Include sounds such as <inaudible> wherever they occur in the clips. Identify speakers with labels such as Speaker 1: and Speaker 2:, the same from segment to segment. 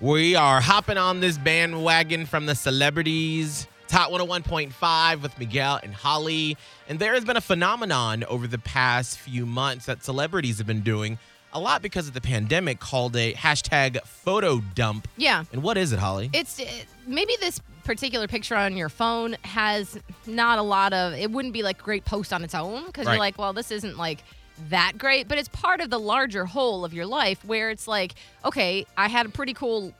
Speaker 1: We are hopping on this bandwagon from the celebrities. Top 101.5 with Miguel and Holly. And there has been a phenomenon over the past few months that celebrities have been doing a lot because of the pandemic called a hashtag photo dump.
Speaker 2: Yeah.
Speaker 1: And what is it, Holly?
Speaker 2: It's it- maybe this particular picture on your phone has not a lot of it wouldn't be like a great post on its own because
Speaker 1: Right.
Speaker 2: you're like, well, this isn't like that great, but it's part of the larger whole of your life where it's like, okay, I had a pretty cool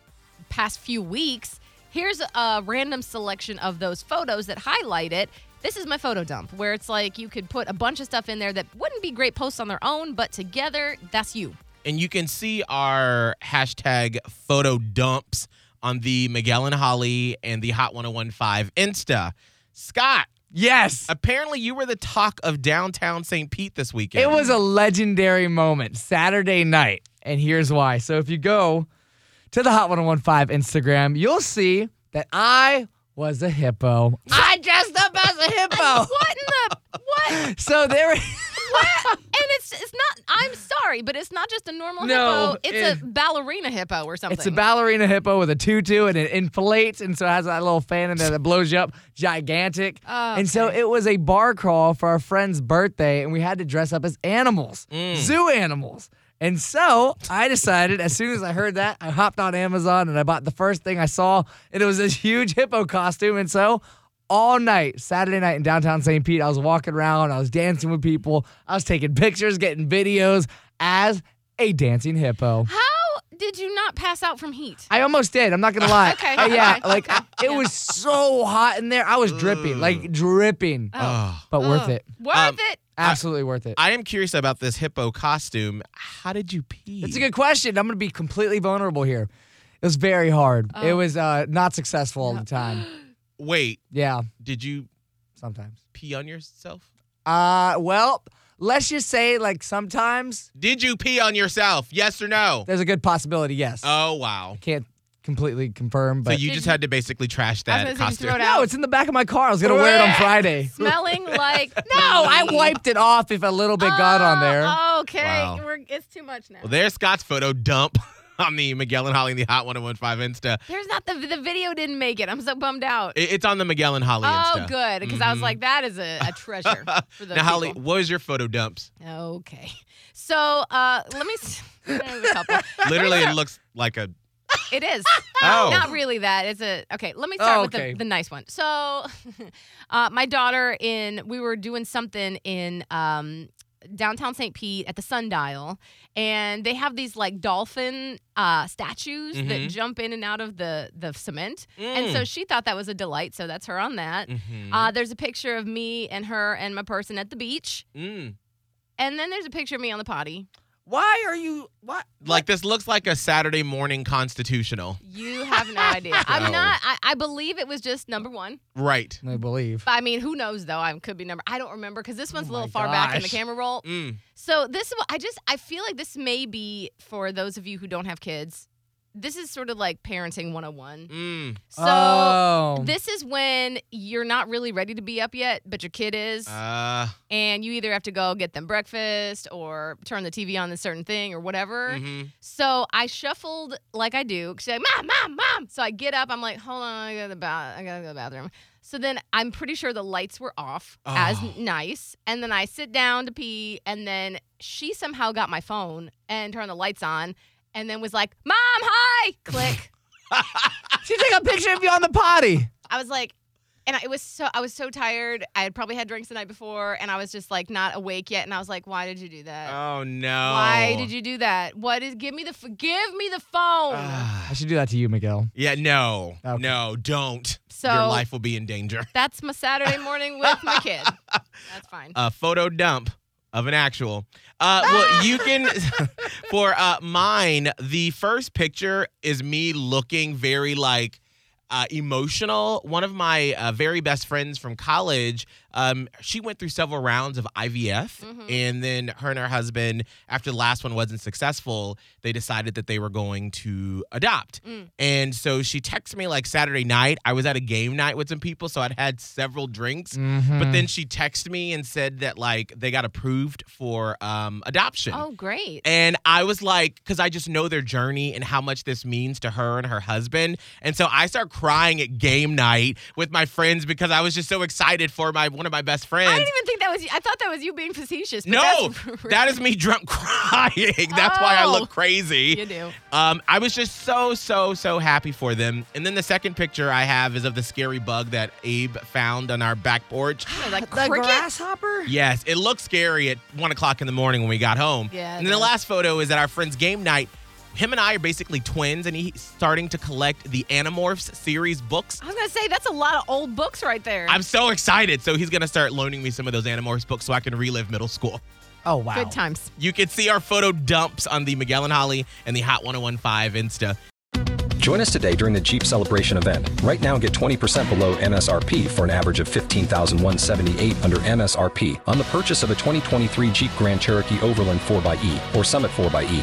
Speaker 2: past few weeks. Here's a random selection of those photos that highlight it. This is my photo dump where it's like you could put a bunch of stuff in there that wouldn't be great posts on their own, but together, that's you.
Speaker 1: And you can see our hashtag photo dumps on the Miguel and Holly and the Hot 1015 Insta. Scott,
Speaker 3: Yes.
Speaker 1: apparently you were the talk of downtown St. Pete this weekend.
Speaker 3: It was a legendary moment, Saturday night. And here's why. So if you go to the Hot 1015 Instagram, you'll see that I was a hippo. I dressed up as a hippo.
Speaker 2: What in the what?
Speaker 3: <laughs> so there
Speaker 2: What? and it's it's not. I'm sorry, but it's not just a normal
Speaker 3: No,
Speaker 2: hippo. It's
Speaker 3: it-
Speaker 2: a ballerina hippo or something.
Speaker 3: It's a ballerina hippo with a tutu and it inflates and so it has that little fan in there that blows you up. Gigantic.
Speaker 2: Oh,
Speaker 3: And so it was a bar crawl for our friend's birthday and we had to dress up as animals,
Speaker 2: Mm.
Speaker 3: zoo animals. And so I decided as soon as I heard that, I hopped on Amazon and I bought the first thing I saw and it was this huge hippo costume. And so all night, Saturday night in downtown St. Pete, I was walking around, I was dancing with people, I was taking pictures, getting videos as a dancing hippo.
Speaker 2: How did you not pass out from heat?
Speaker 3: I almost did. I'm not gonna lie.
Speaker 2: Okay,
Speaker 3: Uh, <laughs> yeah,
Speaker 2: okay,
Speaker 3: like
Speaker 2: okay.
Speaker 3: I- it was so hot in there. I was
Speaker 1: Mm.
Speaker 3: dripping, like dripping,
Speaker 1: Oh.
Speaker 3: but worth
Speaker 2: Ugh.
Speaker 3: it.
Speaker 2: Worth
Speaker 1: Um,
Speaker 2: it.
Speaker 3: Absolutely worth it.
Speaker 1: I am curious about this hippo costume. How did you pee?
Speaker 3: It's a good question. I'm gonna be completely vulnerable here. It was very hard. It was uh, not successful all the time. <gasps>
Speaker 1: Wait,
Speaker 3: Yeah,
Speaker 1: did you
Speaker 3: sometimes.
Speaker 1: pee on yourself?
Speaker 3: Uh, well, let's just say like sometimes
Speaker 1: Did you pee on yourself? Yes or no?
Speaker 3: there's a good possibility. Yes,
Speaker 1: Oh wow.
Speaker 3: can't completely confirm,
Speaker 1: So
Speaker 3: but
Speaker 1: you
Speaker 2: Did
Speaker 1: just
Speaker 2: you-
Speaker 1: had to basically trash
Speaker 2: I
Speaker 1: that
Speaker 2: was gonna say,
Speaker 1: costume.
Speaker 2: you throw it
Speaker 3: no,
Speaker 2: out.
Speaker 3: it's in the back of my car. I was gonna wear it on Friday.
Speaker 2: Smelling like no.
Speaker 3: <laughs> No, <laughs> I wiped it off if a little bit got on there.
Speaker 2: Oh, Okay,
Speaker 1: Wow.
Speaker 2: We're, it's too much now.
Speaker 1: Well, there's Scott's photo dump <laughs> on the Miguel and Holly and the Hot 1015 Insta.
Speaker 2: There's not the the video didn't make it. I'm so bummed out.
Speaker 1: I- It's on the Miguel and Holly
Speaker 2: oh,
Speaker 1: Insta.
Speaker 2: good, because I was
Speaker 1: Mhm.
Speaker 2: like, that is a, a
Speaker 3: <laughs>
Speaker 2: treasure for those
Speaker 1: Now, Holly,
Speaker 2: people.
Speaker 1: what was your photo dumps?
Speaker 2: Okay, so uh, let me. s- <laughs> I have a couple.
Speaker 1: Literally,
Speaker 2: <laughs>
Speaker 1: it looks like a. <laughs>
Speaker 2: It is.
Speaker 1: Oh.
Speaker 2: Not really that. It's a okay. Let me start
Speaker 3: Oh, okay.
Speaker 2: with the, the nice one. So, <laughs> uh, my daughter in we were doing something in um, downtown St. Pete at the Sundial, and they have these like dolphin uh, statues
Speaker 1: Mhm.
Speaker 2: that jump in and out of the the cement, and
Speaker 1: Mm.
Speaker 2: so she thought that was a delight. So that's her on that.
Speaker 1: Mhm.
Speaker 2: Uh, there's a picture of me and her and my person at the beach,
Speaker 1: Mm.
Speaker 2: and then there's a picture of me on the potty.
Speaker 3: Why are you? What?
Speaker 1: Like this looks like a Saturday morning constitutional.
Speaker 2: You have
Speaker 1: <laughs>
Speaker 2: no idea.
Speaker 1: No.
Speaker 2: I'm not. I, I believe it was just number one.
Speaker 1: Right.
Speaker 3: I believe.
Speaker 2: I mean, who knows though? I could be number. I don't remember because this one's a
Speaker 3: Oh
Speaker 2: little
Speaker 3: my
Speaker 2: far back in the
Speaker 3: gosh.
Speaker 2: camera roll.
Speaker 1: Mm.
Speaker 2: So this, I just, I feel like this may be for those of you who don't have kids. This is sort of like parenting 101.
Speaker 1: Mm.
Speaker 2: So
Speaker 3: oh.
Speaker 2: this is when you're not really ready to be up yet, but your kid is,
Speaker 1: Uh,
Speaker 2: and you either have to go get them breakfast or turn the TV on a certain thing or
Speaker 3: Mm-hmm.
Speaker 2: whatever.
Speaker 1: mhm.
Speaker 2: So I shuffled like I do. She's like, "Mom, mom, mom!" So I get up. I'm like, "Hold on, I gotta, ba- I gotta go to the bathroom." So then I'm pretty sure the lights were off, as
Speaker 1: Oh.
Speaker 2: nice. And then I sit down to pee, and then she somehow got my phone and turned the lights on, and then was like, "Mom, hi!"
Speaker 1: <laughs>
Speaker 2: Click.
Speaker 3: she took a picture of you on the potty.
Speaker 2: I was like, and I- it was so I was so tired. I had probably had drinks the night before, and I was just like not awake yet. And I was like, "Why did you do that?"
Speaker 1: Oh no.
Speaker 2: Why did you do that? What is? Give me the f- give me the phone.
Speaker 1: Ah,
Speaker 3: I should do that to you, Miguel.
Speaker 1: <sighs> yeah. No.
Speaker 3: Okay.
Speaker 1: No. Don't.
Speaker 2: so
Speaker 1: Your life will be in danger. <laughs>
Speaker 2: That's my Saturday morning with my kid. That's fine.
Speaker 1: A photo dump of an actual. Uh, well, you can for uh, mine. The first picture is me looking very like uh, emotional. One of my uh, very best friends from college, um, she went through several rounds of IVF, and then her and her husband, after the last one wasn't successful, they decided that they were going to adopt. And so she texted me like Saturday night. I was at a game night with some people, so I'd had several drinks.
Speaker 3: Mm. Mm-hmm.
Speaker 1: But then she texted me and said that like they got approved for um, adoption.
Speaker 2: Oh, great.
Speaker 1: And I was like, because I just know their journey and how much this means to her and her husband. And so I start crying at game night with my friends because I was just so excited for my one of my best friends.
Speaker 2: I didn't even think that was. I thought that was you being facetious. But
Speaker 1: no,
Speaker 2: that's, <laughs>
Speaker 1: that is me drunk <laughs> crying. That's why I
Speaker 2: Oh.
Speaker 1: look crazy.
Speaker 2: You
Speaker 1: <laughs>
Speaker 2: do.
Speaker 1: Um, I was just so, so, so happy for them. And then the second picture I have is of the scary bug that Abe found on our back porch.
Speaker 2: like
Speaker 3: The
Speaker 2: cricket.
Speaker 3: grasshopper?
Speaker 1: Yes, it looked scary at one o'clock in the morning when we got home.
Speaker 2: Yeah, it
Speaker 1: And then the
Speaker 2: does.
Speaker 1: last photo is at our friend's game night. Him and I are basically twins, and he's starting to collect the Animorphs series books.
Speaker 2: I was gonna say that's a lot of old books right there.
Speaker 1: I'm so excited. So he's going to start loaning me some of those Animorphs books so I can relive middle school.
Speaker 3: Oh, wow.
Speaker 2: Good times.
Speaker 1: You can see our photo dumps on the Miguel and Holly and the Hot 1015 Insta.
Speaker 4: Join us today during the Jeep Celebration event. Right now, get 20% below MSRP for an average of 15178 under MSRP on the purchase of a 2023 Jeep Grand Cherokee Overland 4xE or Summit 4xE.